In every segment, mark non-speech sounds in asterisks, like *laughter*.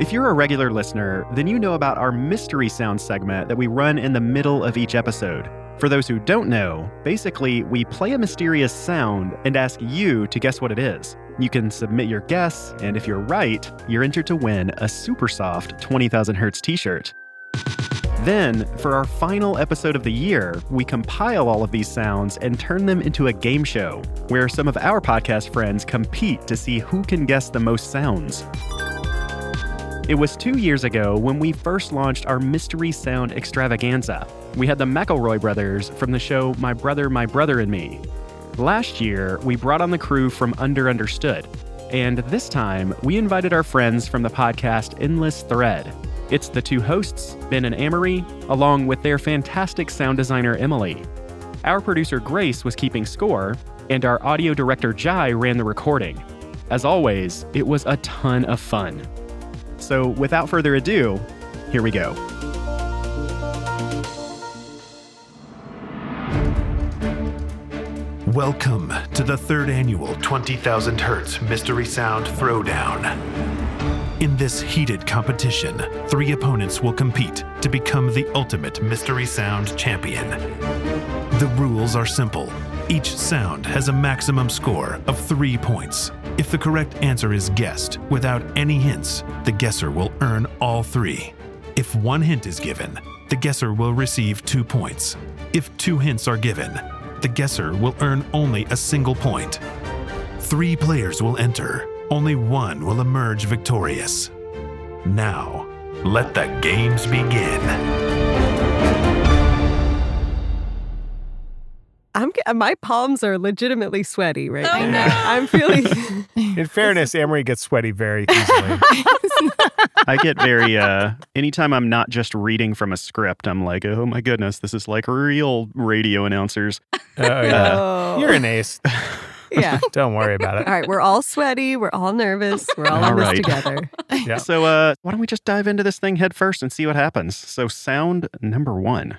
If you're a regular listener, then you know about our mystery sound segment that we run in the middle of each episode. For those who don't know, basically, we play a mysterious sound and ask you to guess what it is. You can submit your guess, and if you're right, you're entered to win a super soft 20,000 Hertz t shirt. Then, for our final episode of the year, we compile all of these sounds and turn them into a game show where some of our podcast friends compete to see who can guess the most sounds. It was two years ago when we first launched our Mystery Sound Extravaganza. We had the McElroy brothers from the show My Brother, My Brother and Me. Last year, we brought on the crew from Under Understood. And this time, we invited our friends from the podcast Endless Thread. It's the two hosts, Ben and Amory, along with their fantastic sound designer, Emily. Our producer, Grace, was keeping score, and our audio director, Jai, ran the recording. As always, it was a ton of fun. So, without further ado, here we go. Welcome to the third annual 20,000 Hertz Mystery Sound Throwdown. In this heated competition, three opponents will compete to become the ultimate Mystery Sound champion. The rules are simple. Each sound has a maximum score of three points. If the correct answer is guessed without any hints, the guesser will earn all three. If one hint is given, the guesser will receive two points. If two hints are given, the guesser will earn only a single point. Three players will enter, only one will emerge victorious. Now, let the games begin. I'm ge- my palms are legitimately sweaty right Oh, now. no. I'm feeling In fairness, Amory gets sweaty very easily. Uh, I get very, *laughs* uh, anytime I'm not just reading from a script, I'm like, oh my goodness, this is like real radio announcers. Oh, *laughs* yeah. oh You're an ace. yeah. *laughs* Don't worry about All it. right, we're all sweaty. We're all nervous. We're all, All in this right. together. Yeah. So, uh, why don't we just dive into this thing head first and see what happens? So, sound number one.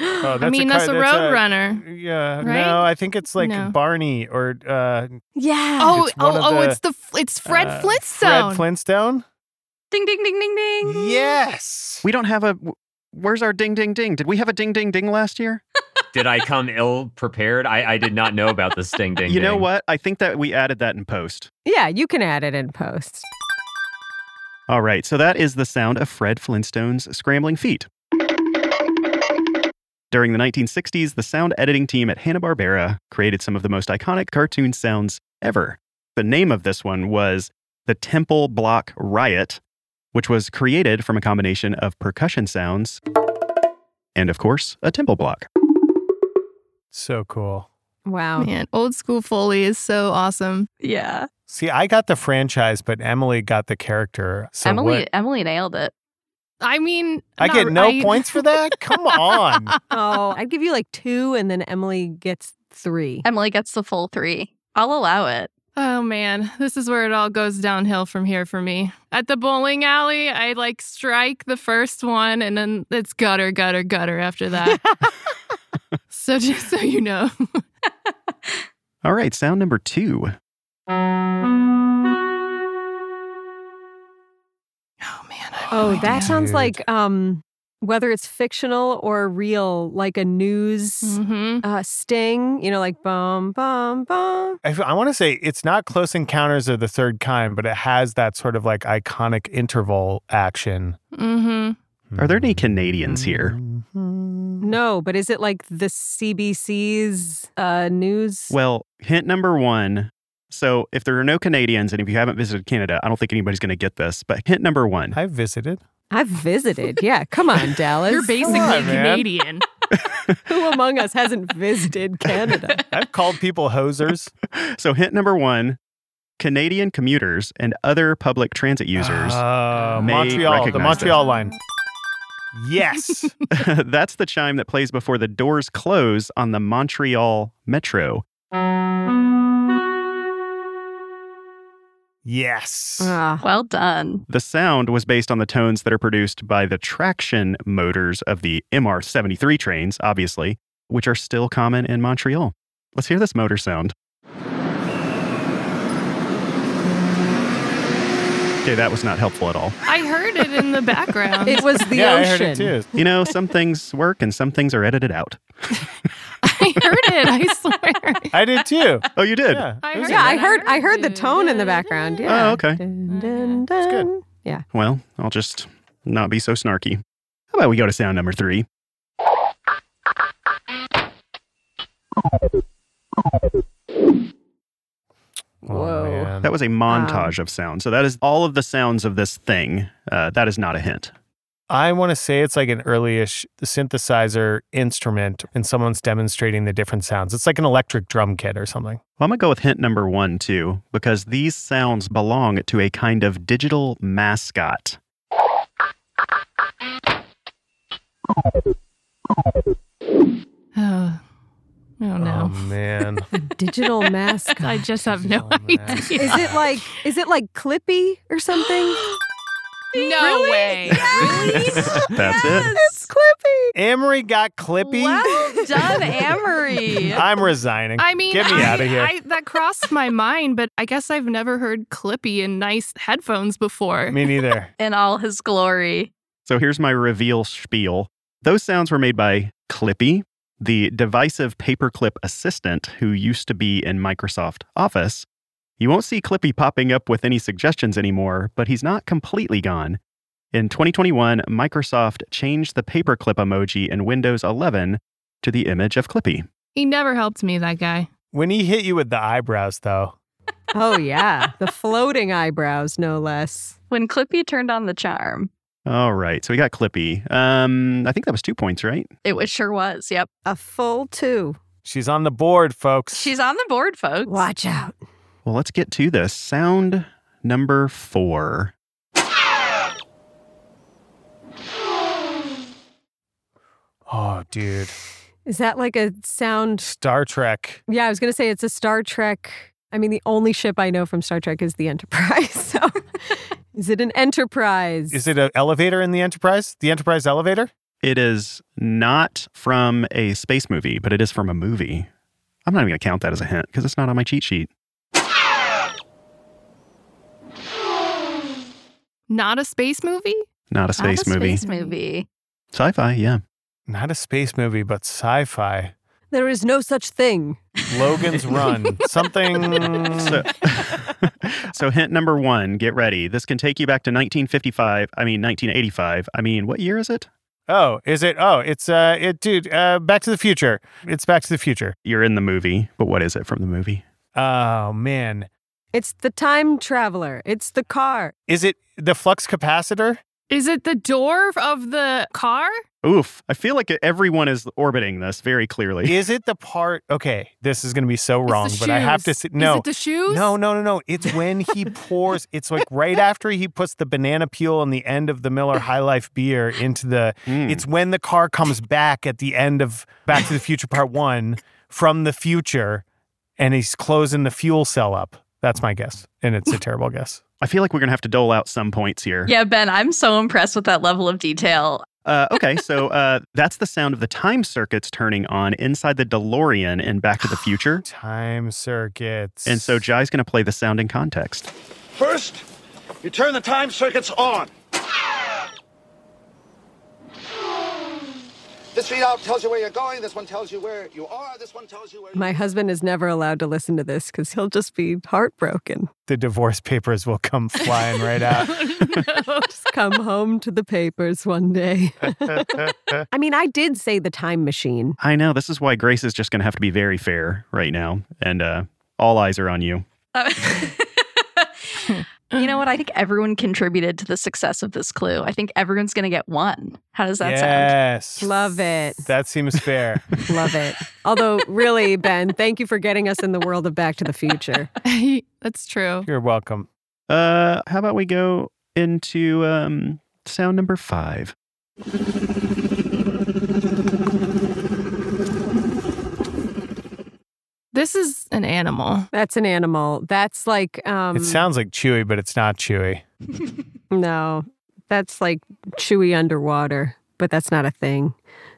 Oh, *gasps* I mean, that's a car- road *gasps* runner. Yeah. right? No, I think it's like No. Barney or uh, Yeah. Oh, It's one oh, of oh! the, It's the fl- it's Fred uh, Flintstone. Fred Flintstone. ding, ding, ding, ding, ding. Yes. We don't have a, where's our ding ding ding? Did we have a ding ding ding last year? did I come ill prepared? I, I did not know about this ding ding. you know ding. what? I think that we added that in post. Yeah, you can add it in post. All right. So, that is the sound of Fred Flintstone's scrambling feet. During the 1960s, the sound editing team at Hanna-Barbera created some of the most iconic cartoon sounds ever. The name of this one was the Temple Block Riot, which was created from a combination of percussion sounds and, of course, a temple block. So cool. Wow. *laughs* Man, old school Foley is so awesome. Yeah. See, I got the franchise, but Emily got the character. So Emily what- Emily nailed it. I mean, I not- get no I- points for that. Come on. Oh, I'd give you like two, and then Emily gets three. Emily gets the full three. I'll allow it. Oh man, this is where it all goes downhill from here for me. At the bowling alley, I like strike the first one and then it's gutter, gutter, gutter after *laughs* that. so just so you know. All right, sound number two. Oh man. I have no Oh, idea. that sounds Dude. like um, whether it's fictional or real, like a news Mhm. uh, sting. You know, like bum bum bum. I, want to say it's not Close Encounters of the Third Kind, but it has that sort of like iconic interval action. Hmm. Mhm. Are there any Canadians here? Mm-hmm. No, but is it like the CBC's uh, news? Well, hint number one. So, if there are no Canadians and if you haven't visited Canada, I don't think anybody's going to get this. But hint number one I visited. I've visited. Yeah, come on, Dallas. You're basically on, man. Canadian. Who among us hasn't visited Canada? I've called people hosers. So hint number one, Canadian commuters and other public transit *laughs* users. Uh, may Montreal, the recognize Montreal line. *laughs* Yes. *laughs* That's the chime that plays before the doors close on the Montreal Metro. *laughs* yes. Ah. Well done. The sound was based on the tones that are produced by the traction motors of the MR 73 trains, obviously, which are still common in Montreal. Let's hear this motor sound. Okay, that was not helpful at all. I heard it in the background. it was the yeah, ocean. I heard it too. You know, some things work and some things are edited out. I heard it. I swear. *sighs* I did too. Oh, you did? Yeah. I It was Yeah, a- I heard. I heard the tone in the background. Yeah. Oh, okay. Dun, dun, Okay. That's good. dun. Yeah. Well, I'll just not be so snarky. How about we go to sound number three? Oh, Whoa. man. That was a montage of sound. So that is all of the sounds of this thing. Uh, that is not a hint. I want to say it's like an early-ish synthesizer instrument, and someone's demonstrating the different sounds. It's like an electric drum kit or something. Well, I'm going to go with hint number one, too, because these sounds belong to a kind of digital mascot. Oh, oh Oh no. man. Digital mascot. I just have no Oh, man. idea. Is it like? Is it like Clippy or something? *gasps* No way. *laughs* That's it. It's Clippy. Amory got Clippy. Well *laughs* done, Amory. I'm resigning. I mean, Get me I, outta here. I, that crossed my mind, but I guess I've never heard Clippy in nice headphones before. Me neither. In all his glory. So here's my reveal spiel. Those sounds were made by Clippy, the divisive paperclip assistant who used to be in Microsoft Office. You won't see Clippy popping up with any suggestions anymore, but he's not completely gone. In 2021, Microsoft changed the paperclip emoji in Windows 11 to the image of Clippy. He never helped me, that guy. When he hit you with the eyebrows, though, Oh yeah, the floating eyebrows, no less. When Clippy turned on the charm, All right, so we got Clippy. Um, I think that was two points, right? it was sure was. Yep. A full two. she's on the board, folks. She's on the board, folks. Watch out. Well, let's get to this. Sound number four. oh, dude. Is that like a sound? Star Trek. Yeah, I was gonna say it's a Star Trek. I mean, the only ship I know from Star Trek is the *laughs* Enterprise. So, is it an Enterprise? Is it an elevator in the Enterprise? The Enterprise elevator? It is not from a space movie, but it is from a movie. I'm not even going to count that as a hint because it's not on my cheat sheet. Not a space movie? Not a Not space a movie. Space movie. Sci fi, yeah. Not a space movie, but sci fi. There is no such thing. *laughs* Logan's Run. Something. So, *laughs* so, hint number one get ready. This can take you back to 1955. I mean, 1985. I mean, what year is it? oh, is it? Oh, it's, uh, it, dude, uh, Back to the Future. It's Back to the Future. You're in the movie, but what is it from the movie? Oh, man. It's the time traveler. It's the car. Is it the flux capacitor? Is it the door of the car? Oof. I feel like everyone is orbiting this very clearly. Is it the part? Okay, this is going to be so It's wrong, the but I have to shoes. say, no. Is it the shoes? No, no, no, no. It's when he pours. It's like right after he puts the banana peel on the end of the Miller High Life beer into the. Hmm. It's when the car comes back at the end of Back to the Future Part One from the future, and he's closing the fuel cell up. That's my guess, and it's a terrible guess. I feel like we're going to have to dole out some points here. Yeah, Ben, I'm so impressed with that level of detail. *laughs* Uh, okay, so uh, that's the sound of the time circuits turning on inside the DeLorean in Back to the Future. Time circuits. And *gasps* so Jai's going to play the sound in context. First, you turn the time circuits on. This readout tells you where you're going. This one tells you where you are. This one *laughs* tells you where. My husband is never allowed to listen to this because he'll just be heartbroken. the divorce papers will come flying right out. Come *laughs* home to the papers one day. I mean, I did say the time machine. I know, this is why Grace is just going to have to be very fair right now. And uh, all eyes are on you. Uh, You know what? I think everyone contributed to the success of this clue. I think everyone's going to get one. How does that sound? yes. Love it. That seems fair. Love it. Although, really, Ben, thank you for getting us in the world of Back to the Future. *laughs* That's true. You're welcome. Uh, how about we go into um, sound number five? This is an animal. That's an animal. That's like um it sounds like Chewy, but it's not Chewy. no. That's like chewy underwater, but that's not a thing.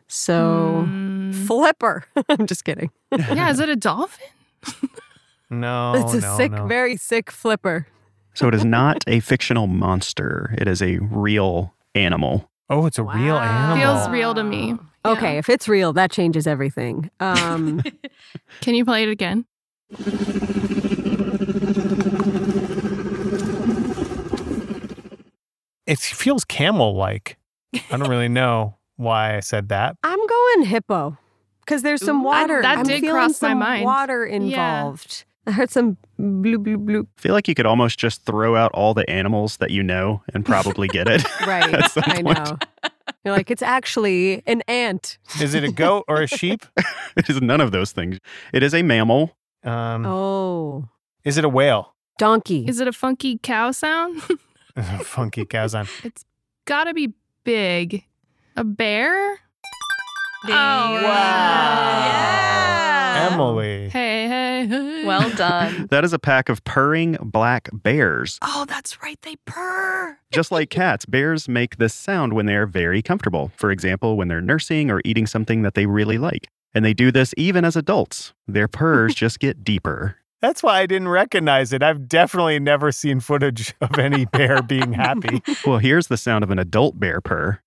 So Mm. flipper. *laughs* I'm just kidding. yeah, is it a dolphin? Oh, No, it's a no, sick, no. very sick flipper. So it is not a fictional monster, it is a real animal. oh, it's a real Wow. animal. Feels real to me. Yeah. Okay, if it's real, that changes everything. *laughs* Um Can you play it again? it feels camel-like. I don't really know why I said that. I'm going hippo because there's some Ooh, I- water. that I'm did feeling cross my some mind. Water Yeah. involved. I heard some bloop bloop bloop. I feel like you could almost just throw out all the animals that you know and probably get it. *laughs* Right, At some I point. know. You're like, it's actually an ant. Is it a goat or a sheep? it is none of those things. It is a mammal. Hmm. Um, Oh, Is it *laughs* a whale? *laughs* donkey. Is it a funky cow sound? *laughs* Funky cows on. Gotta be big. A bear? Oh, Ding. Wow. Yeah. Oh, Emily. Um, Hey, hey, hey. Well done. That is a pack of purring black bears. Um, Oh, that's right. They purr. Just *laughs* like cats, bears make this sound when they are very comfortable. For example, when they're nursing or eating something that they really like. And they do this even as adults. Their *laughs* purrs just get deeper. That's why I didn't recognize it. I've definitely never seen footage of any bear *laughs* being happy. Well, here's the sound of an adult bear purr.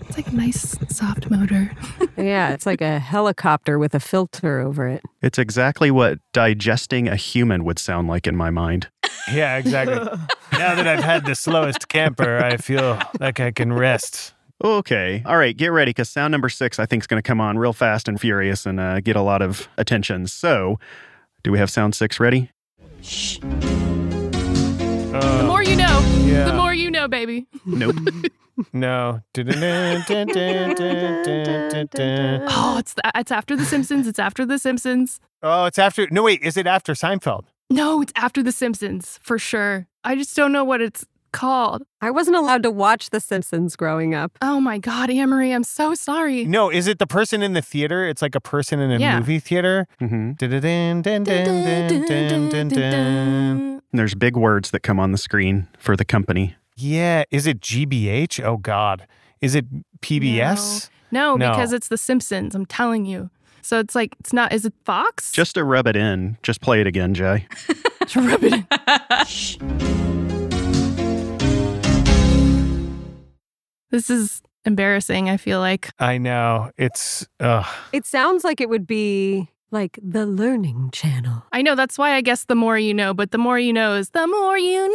It's like a nice soft motor. yeah, it's like a helicopter with a filter over it. It's exactly what digesting a human would sound like in my mind. Yeah, *laughs* exactly. now that I've had the slowest camper, I feel like I can rest. Okay. All right, get ready because sound number six, I think, is going to come on real fast and furious and uh, get a lot of attention. So, do we have sound six ready? The more you know, Oh, yeah. the more you know, baby. Nope. No. *laughs* Oh, it's the, it's after The Simpsons. It's after The Simpsons. oh, it's after. No, wait. Is it after Seinfeld? No, it's after The Simpsons for sure. I just don't know what it's called. I wasn't allowed to watch The Simpsons growing up. Oh my God, Amory, I'm so sorry. No, is it the person in the theater? It's like a person in a Yeah. movie theater. hmm It's There's big words that come on the screen for the company. Yeah. Is it GBH? Oh, God. Is it PBS? No, No. because it's The Simpsons. I'm telling you. So it's like it's not. Is it Fox? *laughs* Just to rub it in, just play it again, Jay. rub it in. This is embarrassing. I feel like I know. It's. Ugh. It sounds like it would be like the Learning Channel. I know that's why I guess the more you know, but the more you know is the more you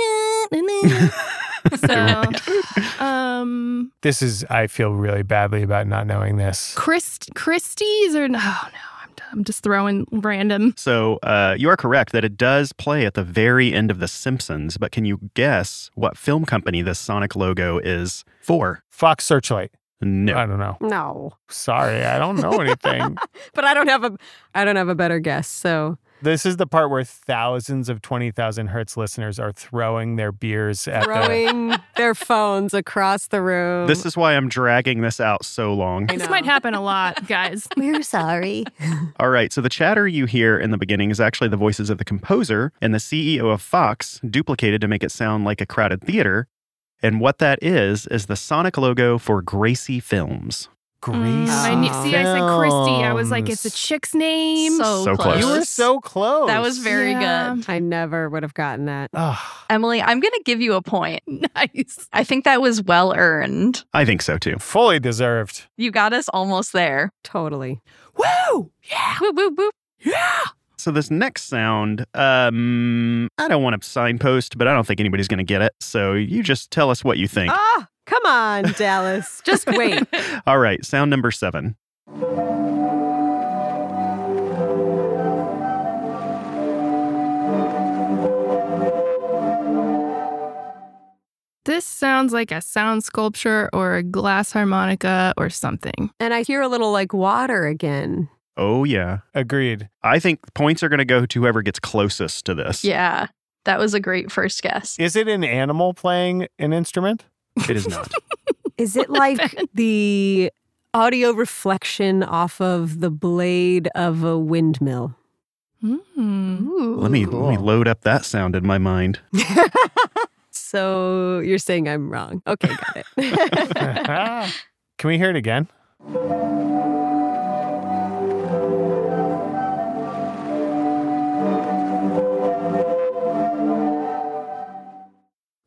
know. so, um, This is. I feel really badly about not knowing this. Christ, Christie's or no, no, I'm, I'm just throwing random. So uh, you are correct that it does play at the very end of The Simpsons, but can you guess what film company this Sonic logo is for? Fox Searchlight. No. I don't know. No, Sorry, I don't know *laughs* anything. but I don't have a, I don't have a better guess. *laughs* So this is the part where thousands of 20,000 Hertz listeners are throwing their beers at mm, the. throwing their phones across the room. This is why I'm dragging this out so long. I This know. might happen a lot, guys. We're sorry. All right, so the chatter you hear in the beginning is actually the voices of the composer and the CEO of Fox duplicated to make it sound like a crowded theater. And what that is, is the Sonic logo for Gracie Films. Grease. I knew, see, I said Christie. I was like, it's a films. chick's name. So so, close. close. You were so close. *laughs* That was very Yeah. good. *laughs* I never would have gotten that. Ugh. Emily, I'm going to give you a point. *laughs* nice. I think that was well earned. I think so too. fully deserved. You got us almost there. Totally. Woo! Yeah, Woo, woo, woo. yeah. So this next sound, um, I don't want to signpost, but I don't think anybody's going to get it. So you just tell us what you think. Ah, come on, Dallas. *laughs* Just wait. All right, sound number seven. This sounds like a sound sculpture or a glass harmonica or something. And I hear a little like water again. Oh, yeah. Agreed. I think points are going to go to whoever gets closest to this. Yeah. That was a great first guess. Is it an animal playing an instrument? It is not. Is it like the audio reflection off of the blade of a windmill? Hmm. Ooh. let, me, let me Cool. load up that sound in my mind. *laughs* so you're saying I'm wrong. Okay, got it. *laughs* Can we hear it again?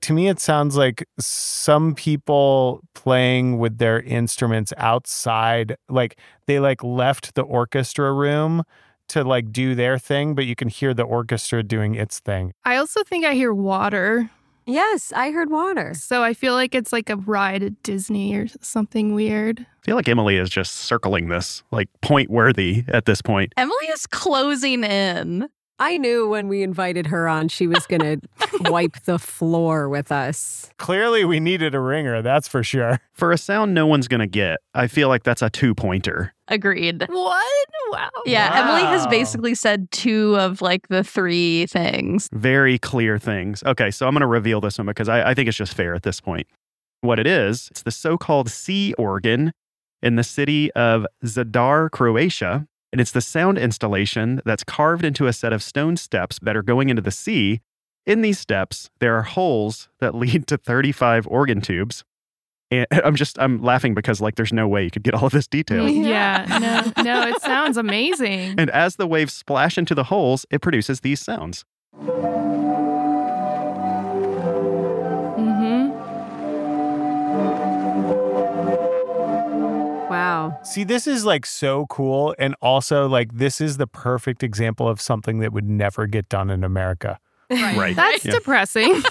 To me, it sounds like some people playing with their instruments outside, like they like left the orchestra room to like do their thing, but you can hear the orchestra doing its thing. I also think I hear water. yes, I heard water. So I feel like it's like a ride at Disney or something weird. I feel like Emily is just circling this, like point worthy at this point. Emily is closing in. I knew when we invited her on, she was going to wipe the floor with us. Clearly, we needed a ringer, that's for sure. For a sound no one's going to get, I feel like that's a two pointer. Agreed. What? Wow. Yeah, Emily has Wow. basically said two of like the three things. Very clear things. Okay, so I'm going to reveal this one because I, I think it's just fair at this point. What it is, it's the so called sea organ in the city of Zadar, Croatia. And it's the sound installation that's carved into a set of stone steps that are going into the sea. In these steps, there are holes that *laughs* lead to 35 organ tubes. And *laughs* I'm just, I'm laughing because, like, there's no way you could get all of this detail. *laughs* Yeah. Yeah. No, no, it sounds amazing. And as the waves splash into the holes, it produces these sounds. hmm Wow. See, this is like so cool. And also, like, this is the perfect example of something that would never get done in America. Right. *laughs* That's Yeah. depressing.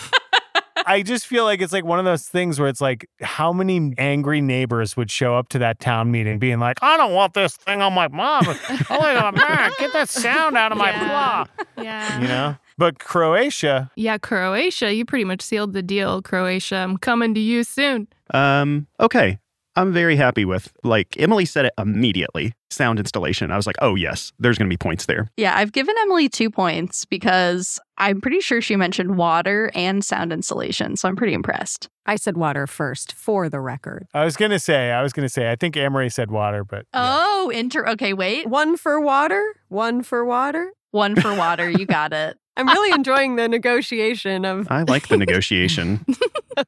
I just feel like it's like one of those things where it's like, how many angry neighbors would show up to that town meeting being like, I don't want this thing on my mom. Oh my God, man, get that sound out of my Yeah. blah. yeah. You know? But Croatia, Yeah, Croatia. You pretty much sealed the deal, Croatia. I'm coming to you soon. Um, okay. I'm very happy with like Emily said it immediately. Sound installation. I was like, oh yes, there's gonna be points there. Yeah, I've given Emily two points because I'm pretty sure she mentioned water and sound insulation. So I'm pretty impressed. I said water first for the record. I was going to say, I was going to say, I think Amory said water, but. Oh, inter. Okay, wait. One for water, one for water. One for water. You got it. I'm really enjoying the negotiation of I like *laughs* the negotiation.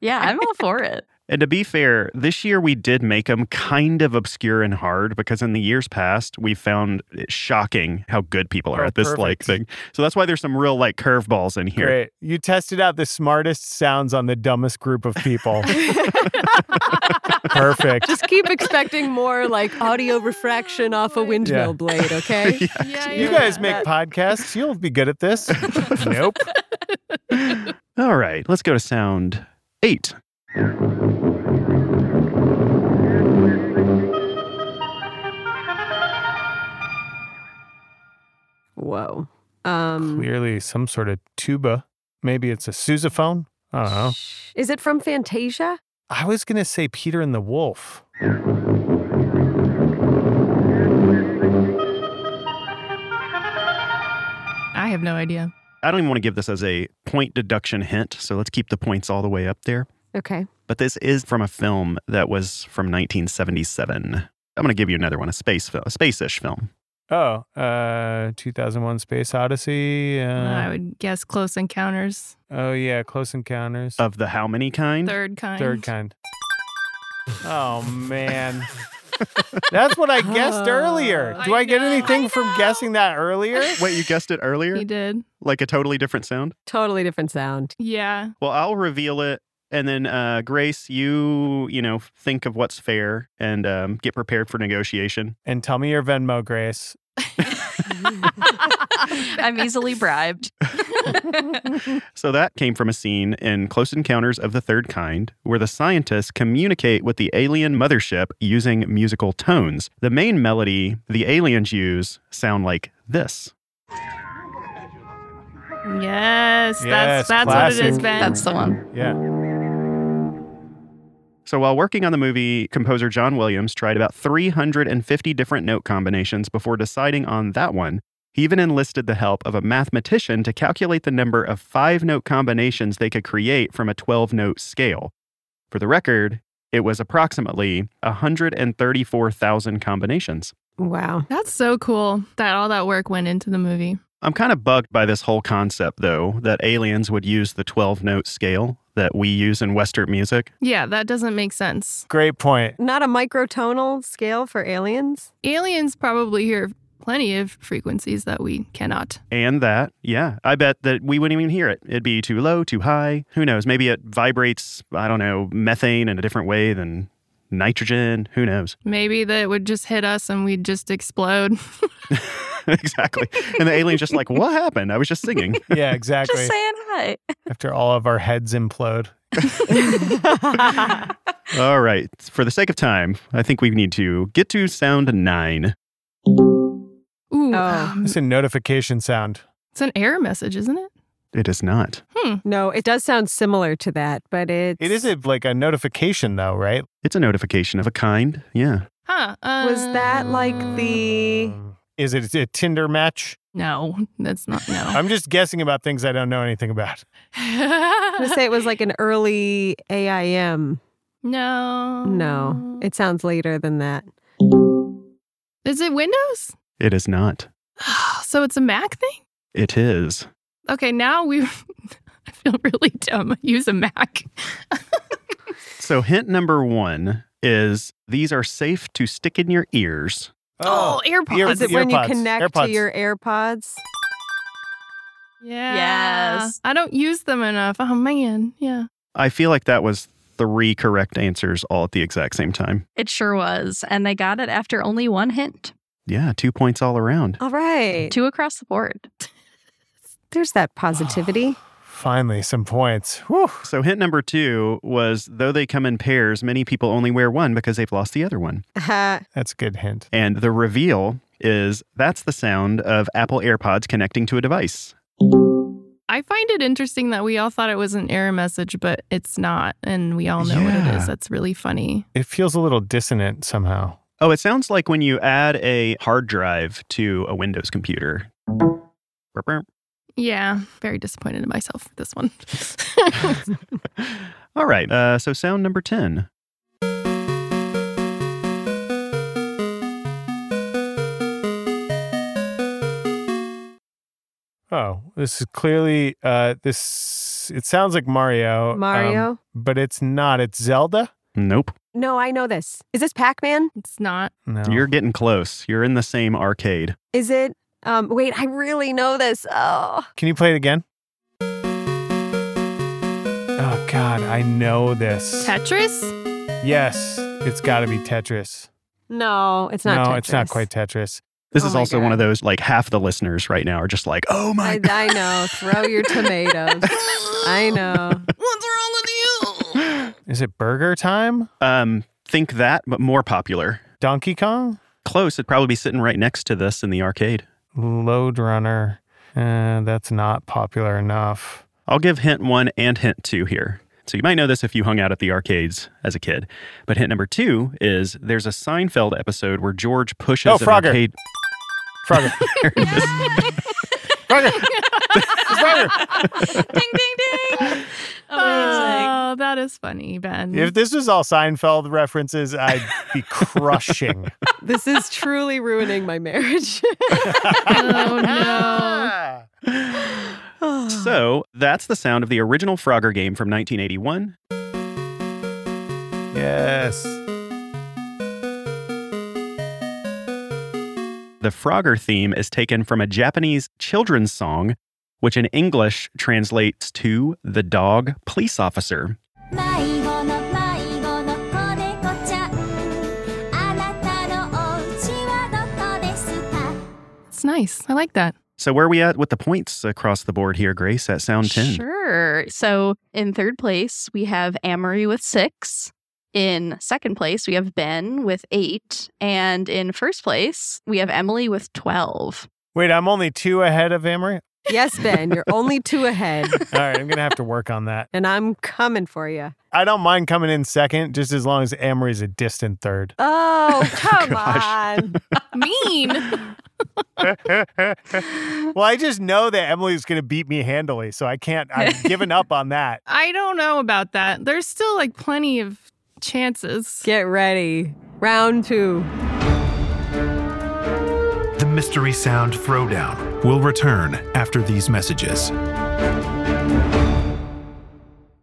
Yeah, I'm all for it. and to be fair, this year we did make them kind of obscure and hard because in the years past we found it shocking how good people are Oh, at this like perfect. thing. So that's why there's some real like curveballs in here. Great. You tested out the smartest sounds on the dumbest group of people. Perfect. just keep expecting more like audio refraction off a windmill Yeah. blade, okay? Yeah, You yeah. guys make podcasts. You'll be good *laughs* at this. nope. All right, let's go to sound eight. Whoa. Um Clearly, some sort of tuba. Maybe it's a sousaphone. I don't know. sh- Is it from Fantasia? I was going to say Peter and the Wolf. I have no idea. I don't even want to give this as a point deduction hint, so let's keep the points all the way up there. Okay. But this is from a film that was from 1977. I'm going to give you another one, a space film, a space-ish film. Oh, uh, 2001 Space Odyssey. Uh, I would guess Close Encounters, Oh, yeah. Close Encounters. Oh. Of the how many kind? third kind. Third kind. *laughs* Oh, man. That's what I guessed earlier. Oh. Do I, I get know, I anything from know. guessing that earlier? *laughs* Wait, you guessed it earlier? He did. Like a totally different sound? Totally different sound. Yeah. Well, I'll reveal it. And then, uh, Grace, you, you know, think of what's fair and um, get prepared for negotiation. And tell me your Venmo, Grace. *laughs* I'm easily *laughs* bribed. So that came from a scene in Close Encounters of the Third Kind, where the scientists communicate with the alien mothership using musical tones. The main melody the aliens use sound like this. Yes. Yes, that's that's what it classic. is, Ben. That's the one. Yeah. So while working on the movie, composer John Williams tried about 350 different note combinations before deciding on that one. He even enlisted the help of a mathematician to calculate the number of five note combinations they could create from a 12 note scale. For the record, it was approximately 134,000 combinations. Wow. That's so cool that all that work went into the movie. I'm kind of bugged by this whole concept, though, that aliens would use the 12 note scale that we use in Western music. Yeah, that doesn't make sense. Great point. Not a microtonal scale for aliens? Aliens probably hear plenty of frequencies that we cannot. And that, yeah, I bet that we wouldn't even hear it. It'd be too low, too high. Who knows? Maybe it vibrates, I don't know, methane in a different way than nitrogen. Who knows? *laughs* Maybe that it would just hit us and we'd just explode. *laughs* exactly. And the alien's just like, what happened? I was just singing. *laughs* Yeah, exactly. Just saying hi. After all of our heads implode. All right. For the sake of time, I think we need to get to sound nine. Ooh, um, Oh. It's a notification sound. it's an error message, isn't it? It is not. no, it does sound similar to that, but it's. It is a, like a notification, though, right? It's a notification of a kind. Yeah. Huh. um, Was that like the. Is it a Tinder match? No, that's not. *laughs* No. *laughs* I'm just guessing about things I don't know anything about. I'm going to say it was like an early AIM. no. Oh. No, it sounds later than that. Is it Windows? *gasps* It is not. so it's a Mac thing? It is. Okay, now we. *laughs* I feel really dumb. I use a Mac. So, hint number one is these are safe to stick in your ears. *gasps* Oh, AirPods. Ear- Is it when you earpods, connect AirPods. to your AirPods? Yeah. Yes. I don't use them enough. Oh man. Yeah. I feel like that was three correct answers all at the exact same time. It sure was. And they got it after only one hint. Yeah, two points all around. All right. Two across the *laughs* board. There's that *sighs* positivity. Finally, some points. Whew. So, hint number two was though they come in pairs, many people only wear one because they've lost the other one. Uh, That's a good hint. And the reveal is that's the sound of Apple AirPods connecting to a device. I find it interesting that we all thought it was an error message, but it's not, and we all know what Yeah. it is. That's really funny. It feels a little dissonant somehow. Oh, it sounds like when you add a hard drive to a Windows computer. Burp, burp. Yeah. Very disappointed in myself for this one. *laughs* All right. Uh, so, sound number 10. Oh, this is clearly uh this it sounds like Mario. um, Mario? but it's not. It's Zelda? Nope. no, I know this. Is this Pac Man? it's not. No. You're getting close. You're in the same arcade. Is it? Um, wait, I really know this. Oh, Can you play it again? Oh god, I know this. Tetris? yes, it's got to be Tetris. no, it's not. no, it's not Tetris. quite Tetris. This Oh is my also one God. of those, like, half the listeners right now are just like, oh my I, God. I know. Throw *laughs* your tomatoes. I know. Is it Burger Time? Um, think that, but more popular. Donkey Kong? Close. It'd probably be sitting right next to this in the arcade. Load Runner. Uh, that's not popular enough. I'll give hint one and hint two here. So you might know this if you hung out at the arcades as a kid. But hint number two is there's a Seinfeld episode where George pushes Oh, an Frogger. *gasps* arcade. Frogger. There it is. Frogger. It's Frogger. ding, ding, ding. Oh, that is funny, Ben. If this was all Seinfeld references, I'd be *laughs* crushing. This is truly ruining my marriage. oh *laughs* no. Ah! so that's the sound of the original Frogger game from 1981. Yes. The Frogger theme is taken from a Japanese children's song, which in English translates to the dog police officer. 迷子の迷子の子猫ちゃんあなたのお家はどこですか It's nice. I like that. So where are we at with the points across the board here, Grace, at sound 10? Sure. So in third place, we have Amory with six. In second place, we have Ben with eight. And in first place, we have Emily with 12. Wait, I'm only two ahead of Amory? *laughs* Yes, Ben, you're only two ahead, All right, I'm going to have to work on that. and I'm coming for you. I don't mind coming in second, just as long as Amory's a distant third. *laughs* Oh, come Gosh. on. Mean. well, I just know that Emily's going to beat me handily, so I can't. I've given up on that. I don't know about that. There's still like plenty of chances. Get ready. Round two. The Mystery Sound Throwdown will return after these messages. *laughs*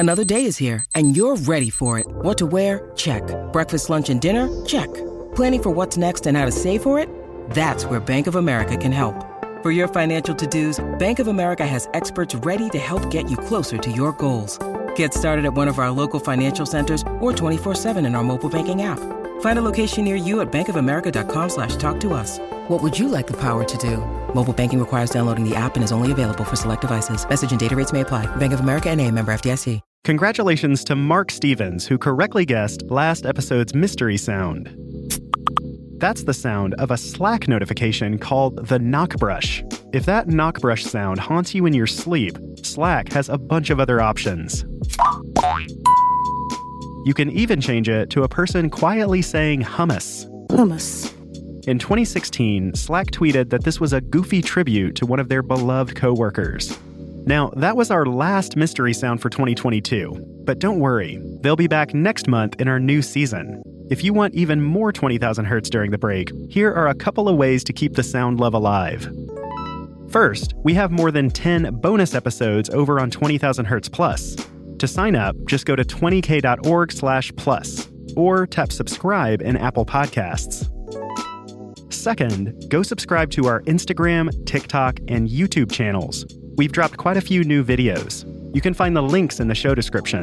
Another day is here, and you're ready for it. What to wear? Check. Breakfast, lunch, and dinner? Check. Planning for what's next and how to save for it? That's where Bank of America can help. For your financial to dos, Bank of America has experts ready to help get you closer to your goals. Get started at one of our local financial centers or 24-7 in our mobile banking app. Find a location near you at bankofamerica.com slash talk to us. What would you like the power to do? Mobile banking requires downloading the app and is only available for select devices. Message and data rates may apply. Bank of America and a member FDIC. Congratulations to Mark Stevens, who correctly guessed last episode's mystery sound. That's the sound of a Slack notification called the knock brush. If that knock brush sound haunts you in your sleep, Slack has a bunch of other options. You can even change it to a person quietly saying hummus. Hummus. In 2016, Slack tweeted that this was a goofy tribute to one of their beloved coworkers. Now, that was our last mystery sound for 2022, but don't worry, they'll be back next month in our new season. If you want even more 20,000 Hertz during the break, here are a couple of ways to keep the sound love alive. First, we have more than 10 bonus episodes over on 20,000 Hertz Plus. To sign up, just go to 20k.org slash plus or tap subscribe in Apple Podcasts. Second, go subscribe to our Instagram, TikTok, and YouTube channels. We've dropped quite a few new videos. You can find the links in the show description.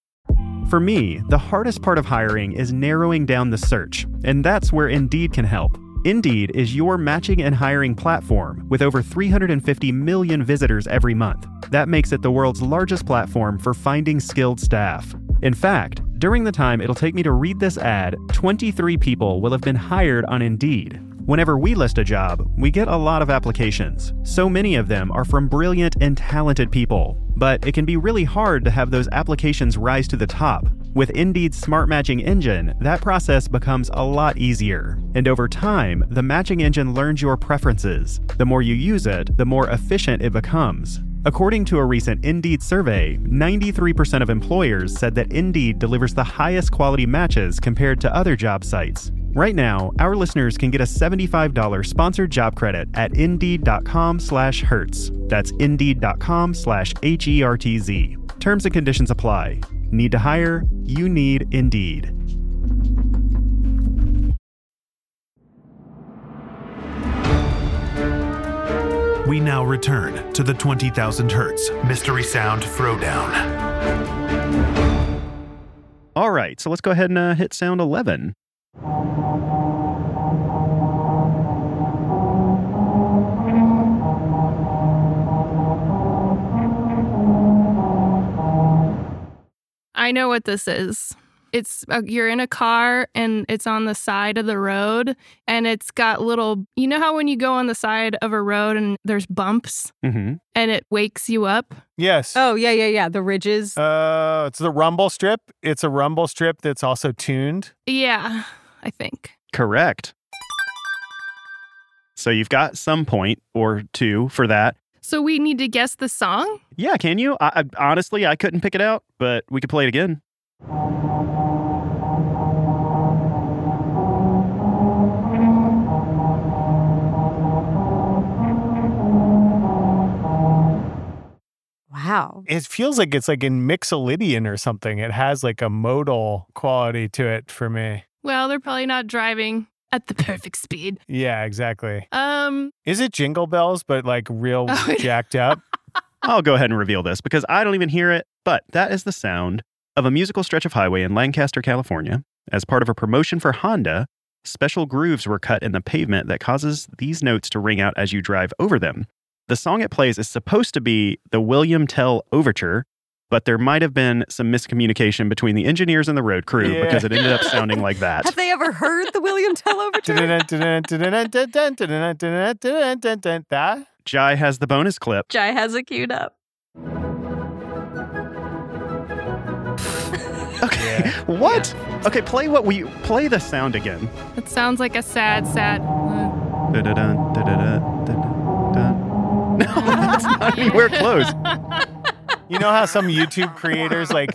For me, the hardest part of hiring is narrowing down the search, and that's where Indeed can help. Indeed is your matching and hiring platform with over 350 million visitors every month. That makes it the world's largest platform for finding skilled staff. In fact, during the time it'll take me to read this ad, 23 people will have been hired on Indeed. Whenever we list a job, we get a lot of applications. So many of them are from brilliant and talented people. But it can be really hard to have those applications rise to the top. With Indeed's smart matching engine, that process becomes a lot easier. And over time, the matching engine learns your preferences. The more you use it, the more efficient it becomes. According to a recent Indeed survey, 93% of employers said that Indeed delivers the highest quality matches compared to other job sites. Right now, our listeners can get a $75 sponsored job credit at indeed.com slash hertz. That's indeed.com slash H E R T Z. Terms and conditions apply. Need to hire? You need Indeed. We now return to the 20,000 Hertz Mystery Sound Throwdown. All right, so let's go ahead and uh, hit sound 11. I know what this is. It's uh, you're in a car and it's on the side of the road and it's got little. You know how when you go on the side of a road and there's bumps Mm-hmm. and it wakes you up. Yes. Oh, yeah, yeah, yeah. The ridges. Uh, it's the rumble strip. It's a rumble strip that's also tuned. Yeah, I think. Correct. So you've got some point or two for that. So we need to guess the song. Yeah, can you? I, I, honestly, I couldn't pick it out, but we could play it again. Wow. It feels like it's like in Mixolydian or something. It has like a modal quality to it for me. Well, they're probably not driving. at the *laughs* perfect speed. Yeah, exactly. Um, Is it Jingle Bells, but like real Oh, jacked up? I'll go ahead and reveal this because I don't even hear it, but that is the sound of a musical stretch of highway in Lancaster, California. As part of a promotion for Honda, special grooves were cut in the pavement that causes these notes to ring out as you drive over them. The song it plays is supposed to be the William Tell Overture, but there might have been some miscommunication between the engineers and the road crew Yeah. because it ended up sounding like that. Have they ever heard the William Tell overture? That? Jai has the bonus clip. Jai has it queued up. Okay. What? Okay, play what we play the sound again. it sounds like a sad, sad. uh, Dun-dun-dun, dun-dun-dun, *laughs* dun-dun-dun. No, that's not anywhere close. You know how some YouTube creators like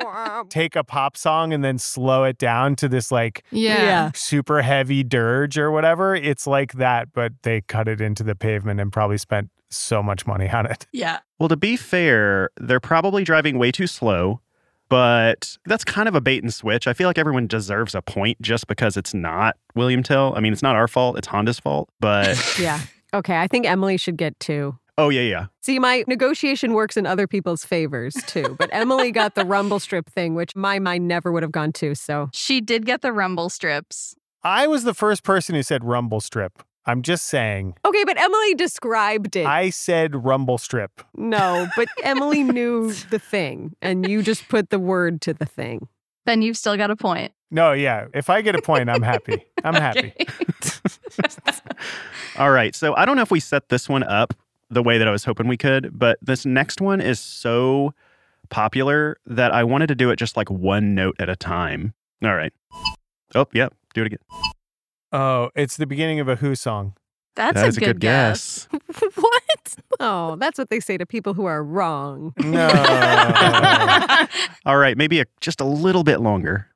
take a pop song and then slow it down to this like Yeah. Yeah. super heavy dirge or whatever? It's like that, but they cut it into the pavement and probably spent so much money on it. Yeah. Well, to be fair, they're probably driving way too slow, but that's kind of a bait and switch. I feel like everyone deserves a point just because it's not William Tell. I mean, it's not our fault, it's Honda's fault, but *laughs* *laughs* yeah. Okay, I think Emily should get two. oh, yeah, yeah. See, my negotiation works in other people's favors too, but Emily got the rumble strip thing, which my mind never would have gone to. So She did get the rumble strips. I was the first person who said rumble strip. I'm just saying. okay, but Emily described it. I said rumble strip. no, but Emily knew the thing, and you just put the word to the thing. Then you've still got a point. No, yeah. If I get a point, I'm happy. *laughs* I'm *laughs* happy. *laughs* All right. So I don't know if we set this one up the way that I was hoping we could, but this next one is so popular that I wanted to do it just like one note at a time. All right. Oh, yeah. Do it again. Oh, it's the beginning of a Who song. That's That a is good, guess. what? Oh, that's what they say to people who are wrong. No. *laughs* Uh, All right. Maybe a, just a little bit longer.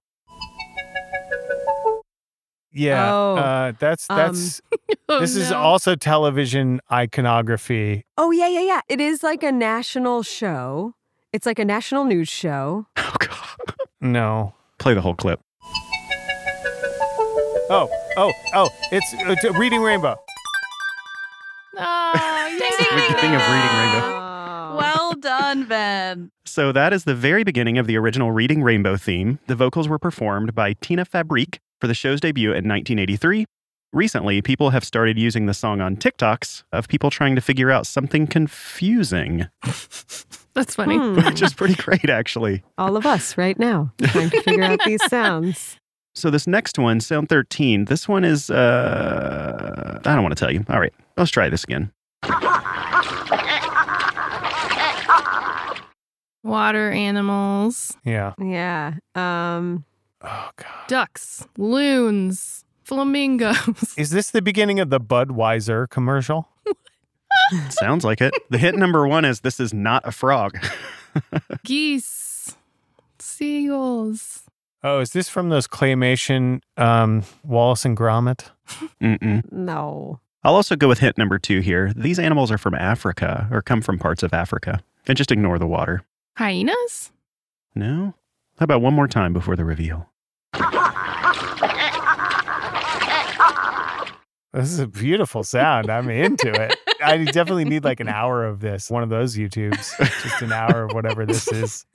Yeah, Oh, uh, that's um, *laughs* that's. Oh, this is no. also television iconography. Oh, yeah, yeah, yeah. It is like a national show. It's like a national news show. Oh, God. No. Play the whole clip. Oh, oh, oh! It's, it's Reading Rainbow. Oh, *laughs* ding, yeah. ding, Thing of reading rainbow. Oh. Well done, Ben. So that is the very beginning of the original Reading Rainbow theme. The vocals were performed by Tina Fabrique for the show's debut in 1983. Recently, people have started using the song on TikToks of people trying to figure out something confusing, That's *laughs* funny. Hmm. which is pretty *laughs* great, actually. all of us right now trying to figure out these sounds. So this next one, Sound 13, this one is, uh, I don't want to tell you. All right, let's try this again. Water animals, Yeah. Yeah. Um Oh God. ducks, loons, flamingos. Is this the beginning of the Budweiser commercial? Sounds like it. The hit number one is This Is Not a Frog. *laughs* *laughs* geese, seagulls. Oh, is this from those claymation um, Wallace and Gromit? Mm-mm. no. I'll also go with hint number two here. These animals are from Africa or come from parts of Africa. And just ignore the water. Hyenas? No? How about one more time before the reveal? This is a beautiful sound. I'm into *laughs* it. I definitely need like an hour of this. One of those YouTubes. Just an hour of whatever this is.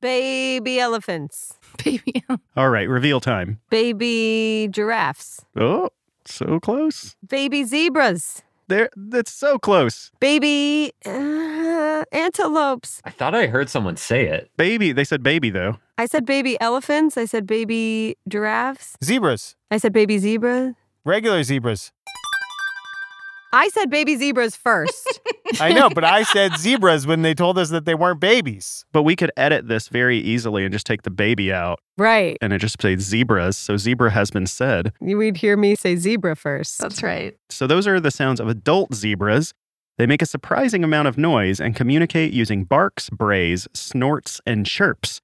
Baby elephants. Baby. All right, reveal time. Baby giraffes. Oh, so close. Baby zebras. There that's so close. Baby uh, antelopes. I thought I heard someone say it. Baby, they said baby though. I said baby elephants. I said baby giraffes. Zebras. I said baby zebra. Regular zebras. I said baby zebras first. I know, but I *laughs* said zebras when they told us that they weren't babies. But we could edit this very easily and just take the baby out right. and it just say zebras. So zebra has been said. You would hear me say zebra first. That's right. So those are the sounds of adult zebras. They make a surprising amount of noise and communicate using barks, brays, snorts, and chirps.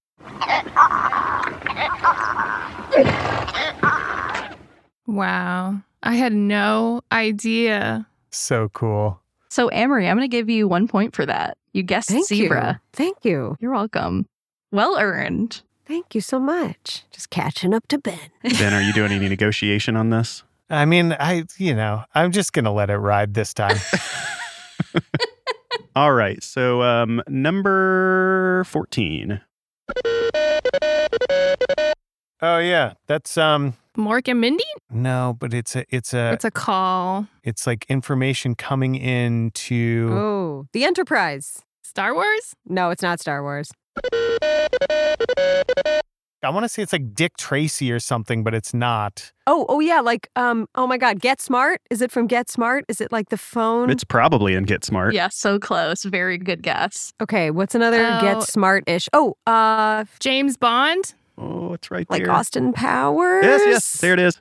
Wow. I had no idea. So cool. So, Amory, I'm going to give you one point for that. You guessed Thank zebra. you. Thank you. You. are welcome. Well earned. Thank you so much. Just catching up to Ben. Ben, are you doing any negotiation on this? I mean, I, you know, I'm just going to let it ride this time. All right. So, um, number 14. *laughs* oh, yeah. That's, um, Mork and Mindy? no, but it's a, it's a, It's a call. it's like information coming in to, Oh, the Enterprise. Star Wars? No, it's not Star Wars. I want to say it's like Dick Tracy or something, but *laughs* it's not. Oh, oh yeah, like um, oh my God, Get Smart. Is it from Get Smart? Is it like the phone? It's probably in Get Smart. Yeah, so close. Very good guess. okay, what's another Oh. Get Smart-ish? Oh, uh, James Bond? Oh, it's right like there. Austin Powers. Yes, yes. There it is.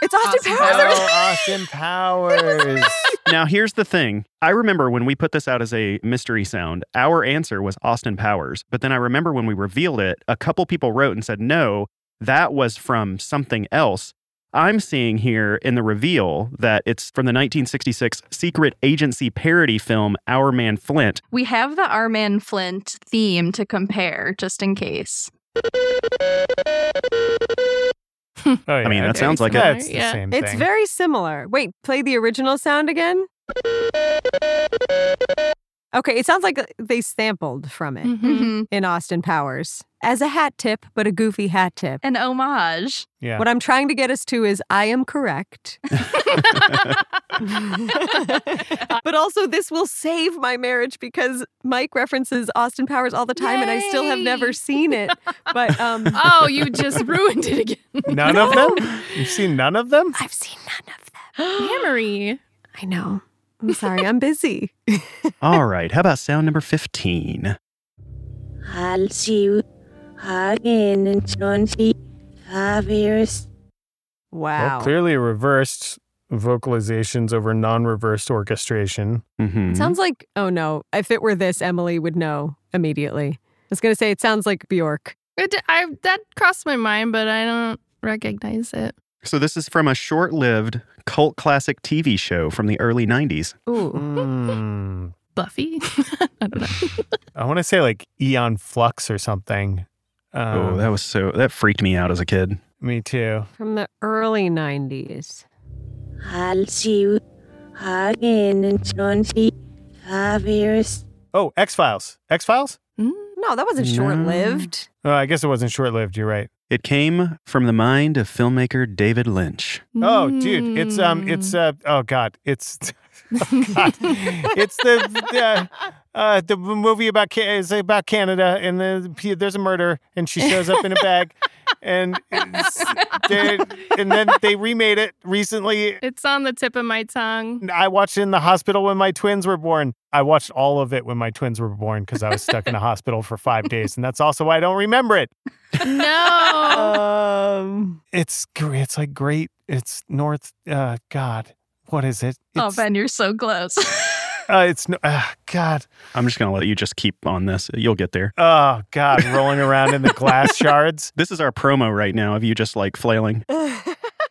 It's Austin, Austin *laughs* Powers. Powers. *laughs* Oh, Austin Powers. Now, here's the thing. I remember when we put this out as a mystery sound, our answer was Austin Powers. But then I remember when we revealed it, a couple people wrote and said, no, that was from something else. I'm seeing here in the reveal that it's from the 1966 secret agency parody film Our Man Flint. We have the Arman Flint theme to compare just in case. Oh, I mean, yeah, that okay. sounds like a- That's the Yeah. same It's thing. very similar. Wait, play the original sound again. Okay, it sounds like uh, they sampled from it Mhm. Mhm. in Austin Powers as a hat tip, but a goofy hat tip. An homage. yeah. What I'm trying to get us to is I am correct. *laughs* but also, this will save my marriage because Mike references Austin Powers all the time and I still have Yay. never seen it. But um, Oh, you *laughs* just ruined it *gasps* again. None *laughs* of them? You've seen none of them? I've seen none of them. Memory. I know. I'm sorry, I'm busy. All right. How about sound number 15? I'll see you again in 25 years. Wow. Well, clearly reversed vocalizations over non-reversed orchestration. Mm-hmm. It sounds like, oh no, if it were this, Emily would know immediately. I was going to say, it sounds like Bjork. It, I, that crossed my mind, but I don't recognize it. so, this is from a short lived cult classic TV show from the early 90s. Ooh. Mm. Buffy? *laughs* I *laughs* don't know. I want to say like Eon Flux or something. Um, oh, that was so, that freaked me out as a kid. me too. From the early 90s. I'll see you again in 25 years. Oh, X Files. X Files. Mm. No, that wasn't No. short lived. Oh, I guess it wasn't short-lived. You're right. It came from the mind of filmmaker David Lynch. Oh, dude, it's um, it's uh, oh god, it's *laughs* oh, god. it's the uh, uh, the movie about ca- is about Canada and the, there's a murder and she shows up in a bag, and it's, they- and then they remade it recently. It's on the tip of my tongue. I watched it in the hospital when my twins were born. I watched all of it when my twins were born because I was stuck in a hospital for five days, and that's also why I don't remember it. No. Um, It's gr- it's like great. It's North. Uh, God, what is it? Oh, It's- Ben, you're so close. *laughs* Uh, it's no, uh, God. I'm just going to let you just keep on this. You'll get there. Oh God, rolling around in the *laughs* glass shards. This is our promo right now of you just like flailing. *laughs*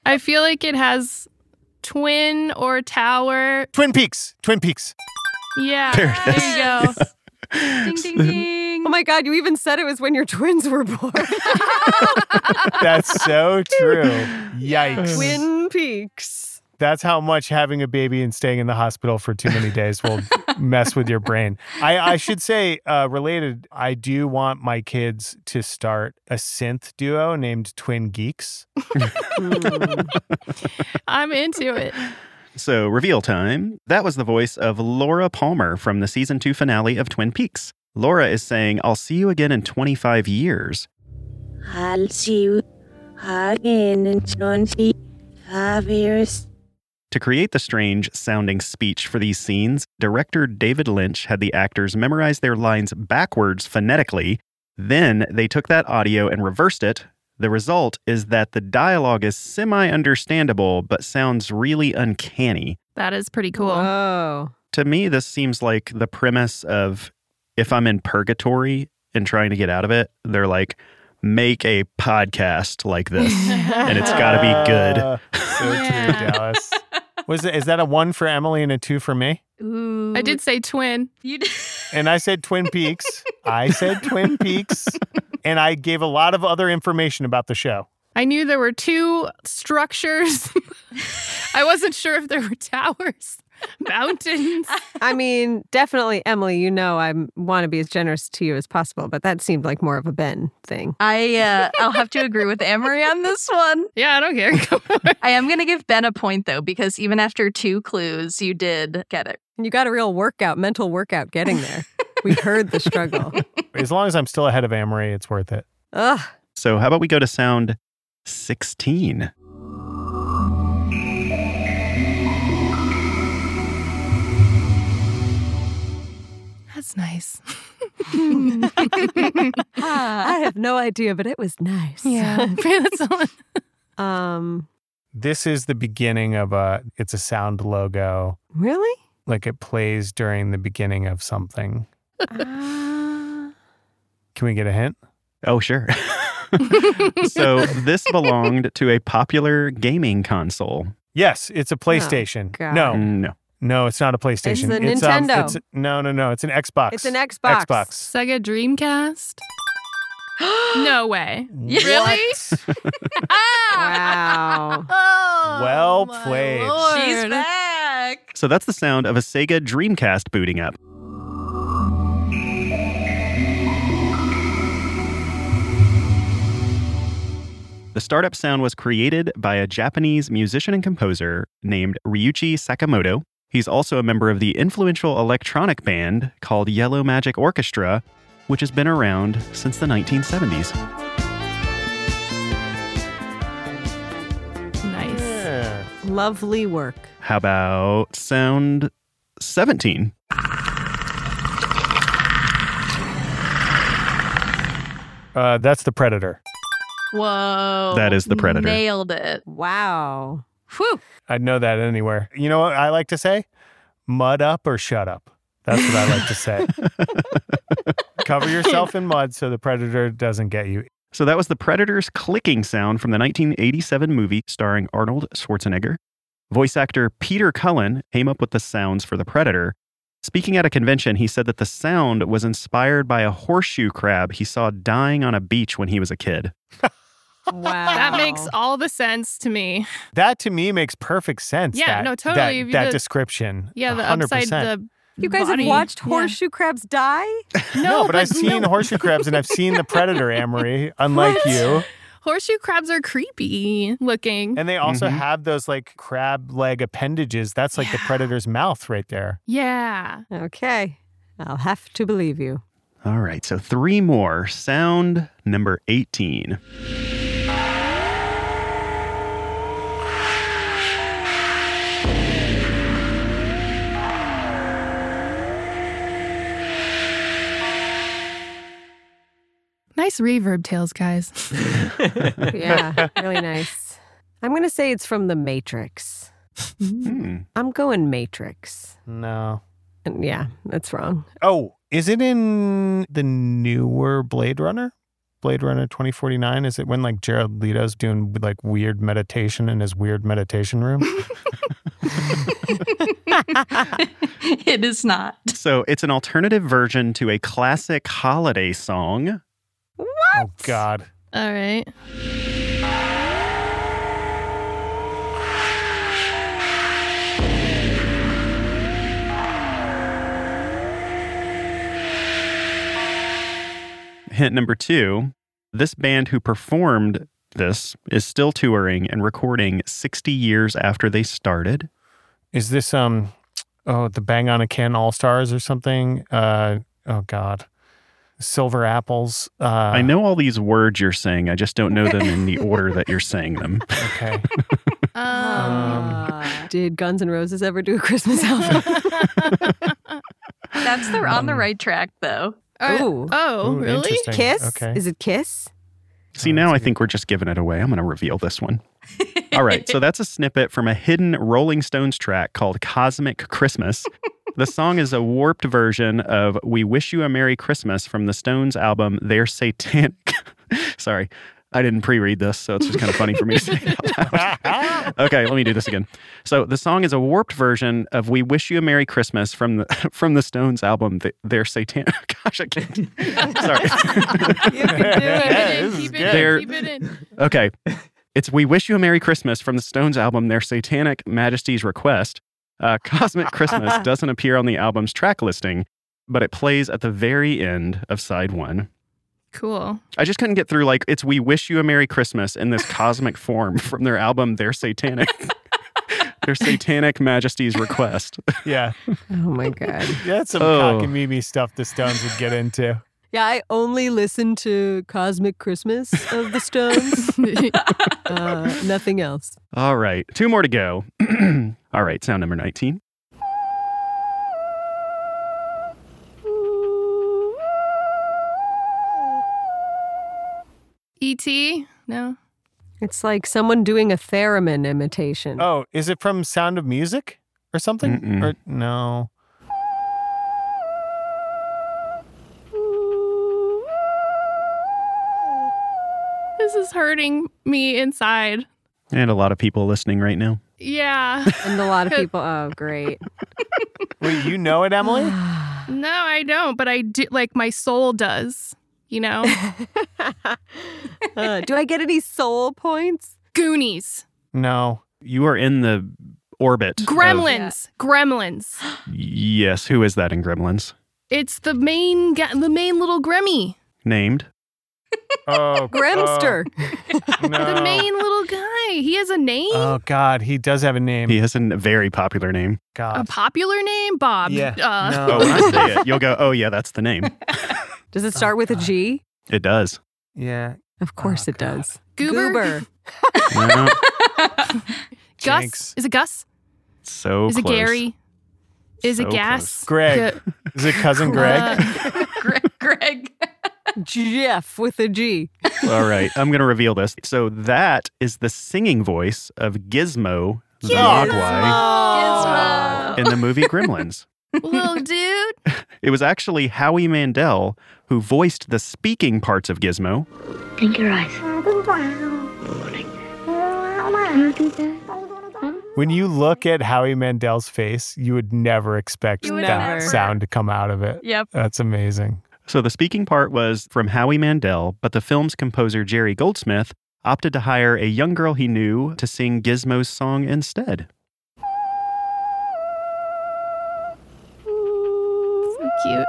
I feel like it has twin or tower. Twin Peaks. Twin Peaks. Yeah. There it is. you go. ding, *laughs* ding, ding. oh my God, you even said it was when your *laughs* twins were born. That's so true. Yikes. Twin Peaks. That's how much having a baby and staying in the hospital for too many days will mess with your brain. I, I should say, uh, related, I do want my kids to start a synth duo named Twin Geeks. Mm. *laughs* I'm into it. So, reveal time. That was the voice of Laura Palmer from the season two finale of Twin Peaks. Laura is saying, I'll see you again in 25 years. I'll see you again in 25 years. To create the strange sounding speech for these scenes, director David Lynch had the actors memorize their lines backwards phonetically. Then they took that audio and reversed it. The result is that the dialogue is semi understandable, but sounds really uncanny. That is pretty cool. Whoa. to me, this seems like the premise of if I'm in purgatory and trying to get out of it, they're like, make a podcast like this. and it's gotta be good. Uh, *laughs* so Yeah. true, Dallas. Was it, is that a one for Emily and a two for me? Ooh. I did say twin. You did. and I said Twin Peaks. I said Twin Peaks. And I gave a lot of other information about the show. I knew there were two structures *laughs* I wasn't sure if there were towers, *laughs* *laughs* mountains. I mean, definitely, Emily, you know I want to be as generous to you as possible, but that seemed like more of a Ben thing. I uh, I'll have to agree with Amory on this one. Yeah, I don't care. *laughs* I am gonna give Ben a point though, because even after two clues, you did get it. And you got a real workout, mental workout getting there. *laughs* we heard the struggle. As long as I'm still ahead of Amory, it's worth it. Ugh. So, how about we go to sound 16? That's nice. I have no idea, but it was nice. *laughs* Ah. Yeah. *laughs* *laughs* That's all- *laughs* Um, This is the beginning of a. It's a sound logo. really? Like it plays during the beginning of something. Uh, Can we get a hint? Oh, sure. *laughs* so, this belonged to a popular gaming console. Yes, it's a PlayStation. God. no, No. no, it's not a PlayStation. an um, Nintendo. it's- no, no, no. It's an Xbox. it's an Xbox. Xbox. Sega Dreamcast? No way. *laughs* Really? What? Ah! *laughs* Wow. *laughs* Oh, Well my played. Lord. She's back. So, that's the sound of a Sega Dreamcast booting up. The startup sound was created by a Japanese musician and composer named Ryuichi Sakamoto. He's also a member of the influential electronic band called Yellow Magic Orchestra, which has been around since the 1970s. Nice. Yeah. Lovely work. How about sound 17? Uh, that's the Predator. Whoa. That is the Predator. Nailed it. *laughs* Wow. Whew. I'd know that anywhere. You know what I like to say? Mud up or shut up. That's what I like to *laughs* say. Cover yourself in mud so the predator doesn't get you. So that was the Predator's clicking sound from the 1987 movie starring Arnold Schwarzenegger. Voice actor Peter Cullen came up with the sounds for the Predator. Speaking at a convention, he said that the sound was inspired by a horseshoe crab he saw dying on a beach when he was a kid. Wow. That makes all the sense to me. That to me makes perfect sense. Yeah, that- no, that- totally. If That, you did- description. Yeah, the 100%. upside the You guys body. have watched Yeah. horseshoe crabs die? No, *laughs* No, but, I've seen no. horseshoe crabs and I've seen the predator, *laughs* Amory, unlike you. horseshoe crabs are creepy looking. And they also Mhm. have those like crab leg appendages. That's like the Yeah. predator's mouth right there. yeah. Okay. I'll have to believe you. All right, so three more. Sound number 18. Nice reverb tails, guys. *laughs* Yeah, really nice. I'm going to say it's from The Matrix. Hmm. I'm going Matrix. No. And yeah, that's wrong. Oh, is it in the newer Blade Runner? Blade Runner 2049? Is it when like Jared Leto's doing like weird meditation in his weird meditation room? it is not. So it's an alternative version to a classic holiday song. oh, God. All right. Hint number two this band who performed this is still touring and recording 60 years after they started. Is this, um, oh, the Bang on a Can All Stars or something? Uh, oh, God. Silver Apples. Uh, I know all these words you're saying, I just don't know them in the order that you're saying them. Okay. *laughs* Um, Did Guns N' Roses ever do a Christmas album? That's the on the Um, right track though. *laughs* uh, Ooh. Oh, Ooh, really? interesting. Kiss? Okay. Is it Kiss? See, Oh, now that's I a good- think we're just giving it away. I'm going to reveal this one. All right, so that's a snippet from a hidden Rolling Stones track called Cosmic Christmas. the song is a warped version of We Wish You a Merry Christmas from the Stones album They're Satanic. *laughs* Sorry, I didn't pre read this, so it's just kind of funny for me to say it out loud. *laughs* okay, let me do this again. So the song is a warped version of "We Wish You a Merry Christmas" from the *laughs* from the Stones album. Th- Their satanic. *laughs* Gosh, I can't. Sorry. *laughs* *laughs* You can do it. *laughs* Keep Yeah, this is it in, good. They're- Keep it in. Keep it in. Okay. It's We Wish You a Merry Christmas from the Stones album Their Satanic Majesty's Request. Uh, *laughs* Cosmic Christmas doesn't appear on the album's track listing, but it plays at the very end of side one. Cool. I just couldn't get through, like, it's We Wish You a Merry Christmas in this cosmic form from their album Their Satanic. Their Satanic Majesty's Request. Yeah. Oh my god. That's some Oh. cockamamie stuff the Stones would get into. Yeah, I only listen to Cosmic Christmas of the Stones. uh, nothing else. All right, two more to go. *clears throat* All right, sound number 19. E.T.? E No. It's like someone doing a theremin imitation. Oh, is it from Sound of Music or something? Mm-mm. Or no. This is hurting me inside. And a lot of people listening right now. Yeah. *laughs* And a lot of people. Oh, great. Wait, you know it, Emily? No, I don't, but I do like my soul does, you *laughs* know? Uh, do I get any soul *laughs* points? Goonies, No. You are in the Oh, orbit. of- Gremlins, Gremlins. yes, who is that in Gremlins? It's the main guy, the main little Gremmy, Named? *laughs* Oh, Gremster. oh, no. the main little guy. He has a name, Oh God, he does have a name. He has a n- very popular name. a God. popular name, Bob. Yeah. Uh, Oh, when I say it, you'll go, oh, yeah, that's the *laughs* name. Does it start with a G? It does. Yeah. Of course oh, Oh, it does. Goober. Yeah, Gus. Jinx. Is it Gus? so *laughs* is close. it Gary? Is So it Gas? uh, Greg. Is *laughs* it cousin Greg? Greg, Greg. Jeff with a G. close. *laughs* All right, I'm going to reveal this. So that is the singing voice of Gizmo the Mogwai Gizmo. in the movie Gremlins. Little dude. It was actually Howie Mandel who voiced the speaking parts of Gizmo. Blink your eyes. When you look at Howie Mandel's face, you would never expect You would that never. sound to come out of it. Yep. That's amazing. So the speaking part was from Howie Mandel, but the film's composer Jerry Goldsmith opted to hire a young girl he knew to sing Gizmo's song instead. So cute.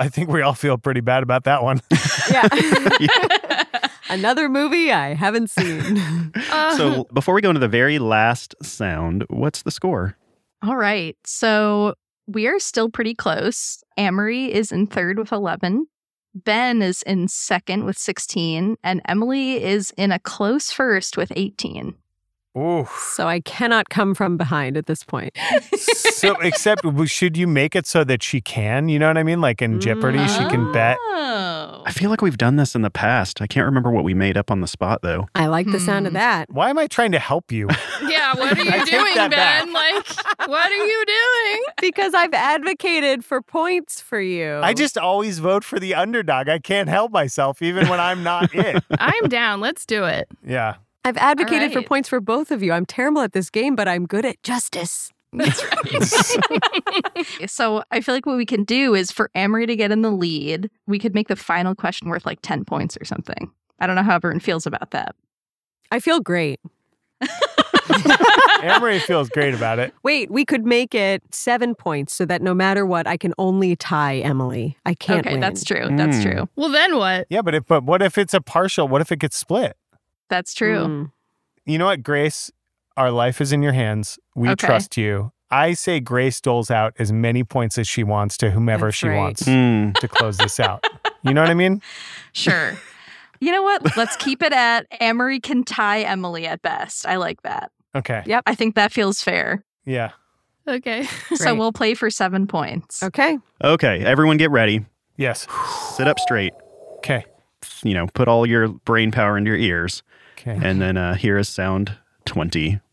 I think we all feel pretty bad about *laughs* that one. *laughs* Yeah. Another movie I haven't *laughs* seen. Uh, *laughs* Uh-huh. So before we go into the very last sound, what's the score? *laughs* All right. So we are still pretty close. Amory is in third with 11. Ben is in second with 16. And Emily is in a close first with 18. Ooh. so I cannot come from behind at this point. so except w- should you make it so that she can you know what i mean like in jeopardy she Mm-hmm. can bet Oh. I feel like we've done this in the past. I can't remember what we made up on the spot though. I like the sound of Hmm. that. why am i trying to help you yeah, what are I you take doing, Ben? that back. Like, what are you doing? *laughs* Because I've advocated for points for you. i just always vote for the underdog i can't help myself even when i'm not it *laughs* I'm down. Let's do it. yeah *laughs* I've advocated for right. points for both of you. I'm terrible at this game, but I'm good at justice. That's right. So I feel like what we can do is for Amory to get in the lead, we could make the final question worth like 10 points or something. I don't know how everyone feels about that. I feel great. amory feels great about it Wait, we could make it seven points so that no matter what, I can only tie Emily. I can't okay, win. that's true. That's Hmm. Mm. true. well, then what? yeah but if but what if it's a partial what if it gets split That's true. Mm. you know what grace our life is in your hands we Okay. trust you i say grace doles out as many points as she wants to whomever That's she right. wants Hmm. to close this out you know what i mean *laughs* Sure. you know what? Let's keep it at Amory can tie Emily at best. I like that. okay Yep. I think that feels fair. yeah Okay. So Great. we'll play for seven *laughs* points. Okay. Okay, everyone get ready. yes Sit up straight. okay You know, put all your brain power into your ears *laughs* okay and then uh here is sound 20. *laughs*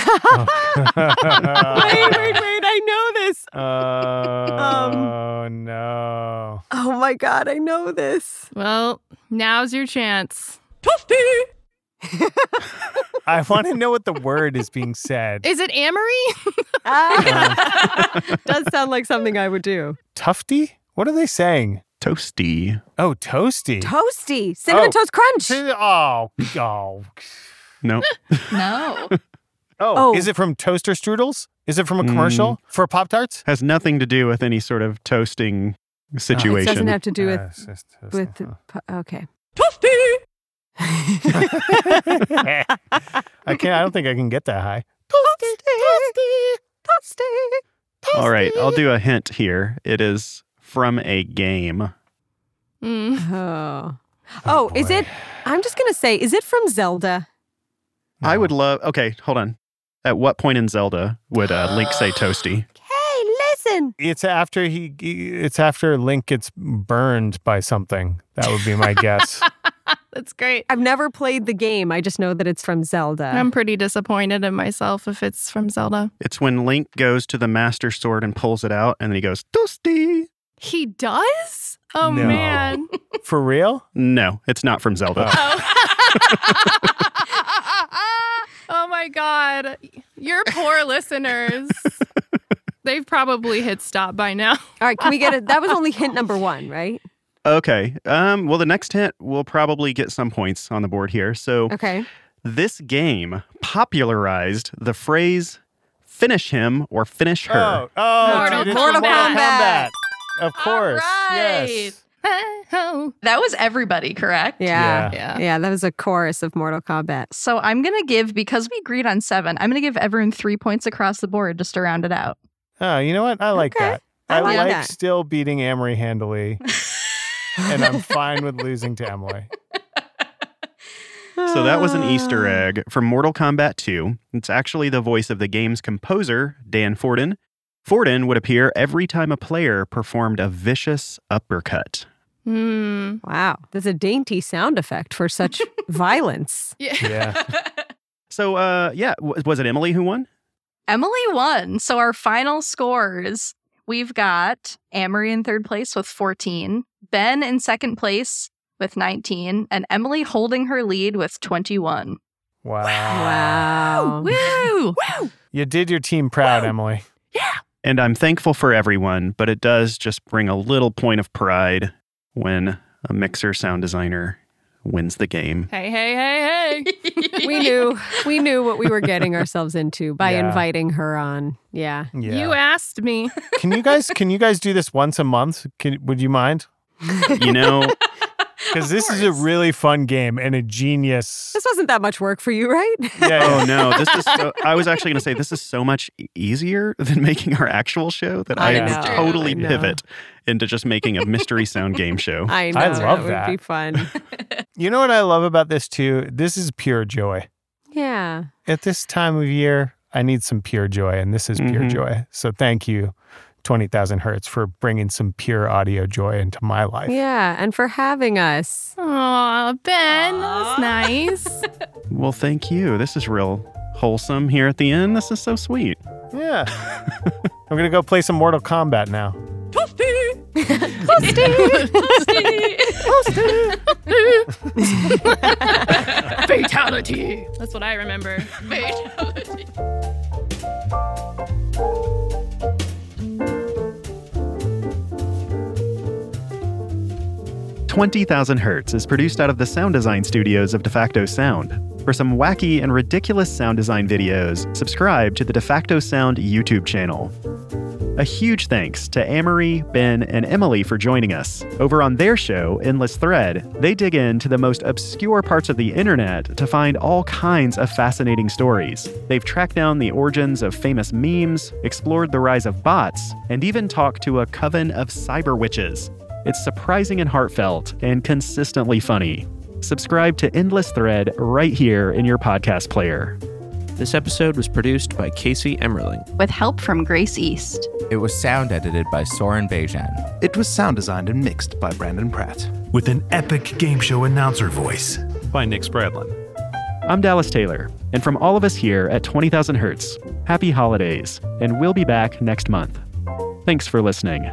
Oh. Wait, wait, *laughs* wait. I know this. Oh Uh, Um, no. Oh my God, I know *laughs* this. Well, now's your chance. I want to know what the word is being said. Is it Amory? *laughs* Ah. Does sound like something I would do. Tufty? What are they saying? Toasty. Oh, toasty. Toasty. Cinnamon Oh. Toast Crunch. See- Oh, oh. *laughs* No. No. Oh, is it from Toaster Strudels? Is it Mm. from a commercial for Pop Tarts? Has nothing to do with any sort of toasting Oh, It situation. doesn't have to do with. Uh, it's just toasty. with the pu- okay. *laughs* *laughs* I can't. I don't think I can get that high. All right, I'll do a hint here. It is from a game. Mm. Oh. Oh, is it? I'm just gonna say, is it from Zelda? I would love. Okay, hold on. At what point in Zelda would uh, Link say toasty? Hey, listen. It's after he. It's after Link gets burned by something. That would be my guess. That's great. I've never played the game. I just know that it's from Zelda. I'm pretty disappointed in myself if it's from Zelda. It's when Link goes to the Master Sword and pulls it out, and then he goes toasty. He does? Oh No. man. For real? No, it's not from Zelda. *laughs* Oh. oh my god. Your poor *laughs* listeners. They've probably hit stop by now. All right, can we get it? That was only hint number one, right? Okay. Um. Well, the next hint will probably get some points on the board here. So Okay. this game popularized the phrase "finish him" or "finish her." Oh, oh, Mortal dude, it's from Kombat. Kombat. Of course. right. Yes. Oh. That was everybody, correct? Yeah. Yeah. yeah. that was a chorus of Mortal Kombat. So I'm going to give, because we agreed on seven, I'm going to give everyone three points across the board just to round it out. Oh, you know what? I like Okay. that. I I, like like, that. still beating Amory handily, and *laughs* um, I'm fine with losing to Emily. Oh. So that was an Ah. Easter egg from Mortal Kombat 2. It's actually the voice of the game's composer, Dan Forden. Forden would appear every time a player performed a vicious uppercut. Hmm. *laughs* Wow, that's a dainty sound effect for such violence. Yeah. *laughs* Yeah. So, uh, yeah, w- was it Emily who won? Emily won. So our final scores we've got Amory in third place with 14, Ben in second place with 19, and Emily holding her lead with 21. Wow. Wow. Woo! You did your team proud, Emily. And I'm thankful for everyone, but it does just bring a little point of pride when a mixer sound designer wins the game. Hey, hey, *laughs* hey, hey. We knew we knew what we were getting ourselves into by Yeah. inviting her on. Yeah. You asked me. can you guys can you guys do this once a month? Can, would you mind? You *laughs* know, Because this is a really fun game and a genius. This wasn't that much work for you, right? oh no, this is so, I was actually going to say this is so much e- easier than making our actual show that I, I would know, I totally know. pivot into just making a mystery sound game *laughs* show. I know. love would that. be fun. You know what I love about this too? This is pure joy. *laughs* Yeah. At this time of year, I need some pure joy, and this is pure Mhm. joy. So thank you, twenty thousand hertz, for bringing some pure audio joy into my life. Yeah. And for having us. Aw, Ben. That was nice. Well, thank you. This is real wholesome here at the end. This is so sweet. Yeah. *laughs* I'm gonna go play some Mortal Kombat now. *laughs* Fatality. That's what I *laughs* remember. Fatality. Twenty Thousand Hertz is produced out of the sound design studios of DeFacto Sound. For some wacky and ridiculous sound design videos, subscribe to the DeFacto Sound YouTube channel. A huge thanks to Amory, Ben, and Emily for joining us. Over on their show, Endless Thread, they dig into the most obscure parts of the internet to find all kinds of fascinating stories. They've tracked down the origins of famous memes, explored the rise of bots, and even talked to a coven of cyber witches. It's surprising and heartfelt, and consistently funny. Subscribe to Endless Thread right here in your podcast player. This episode was produced by Casey Emmerling. *laughs* With help from Grace East. It was sound edited by Soren Bejan. It was sound designed and mixed by Brandon Pratt. With an epic game show announcer voice. By Nick Spradlin. I'm Dallas Taylor, and from all of us here at 20,000 Hertz, happy holidays, and we'll be back next month. Thanks for listening.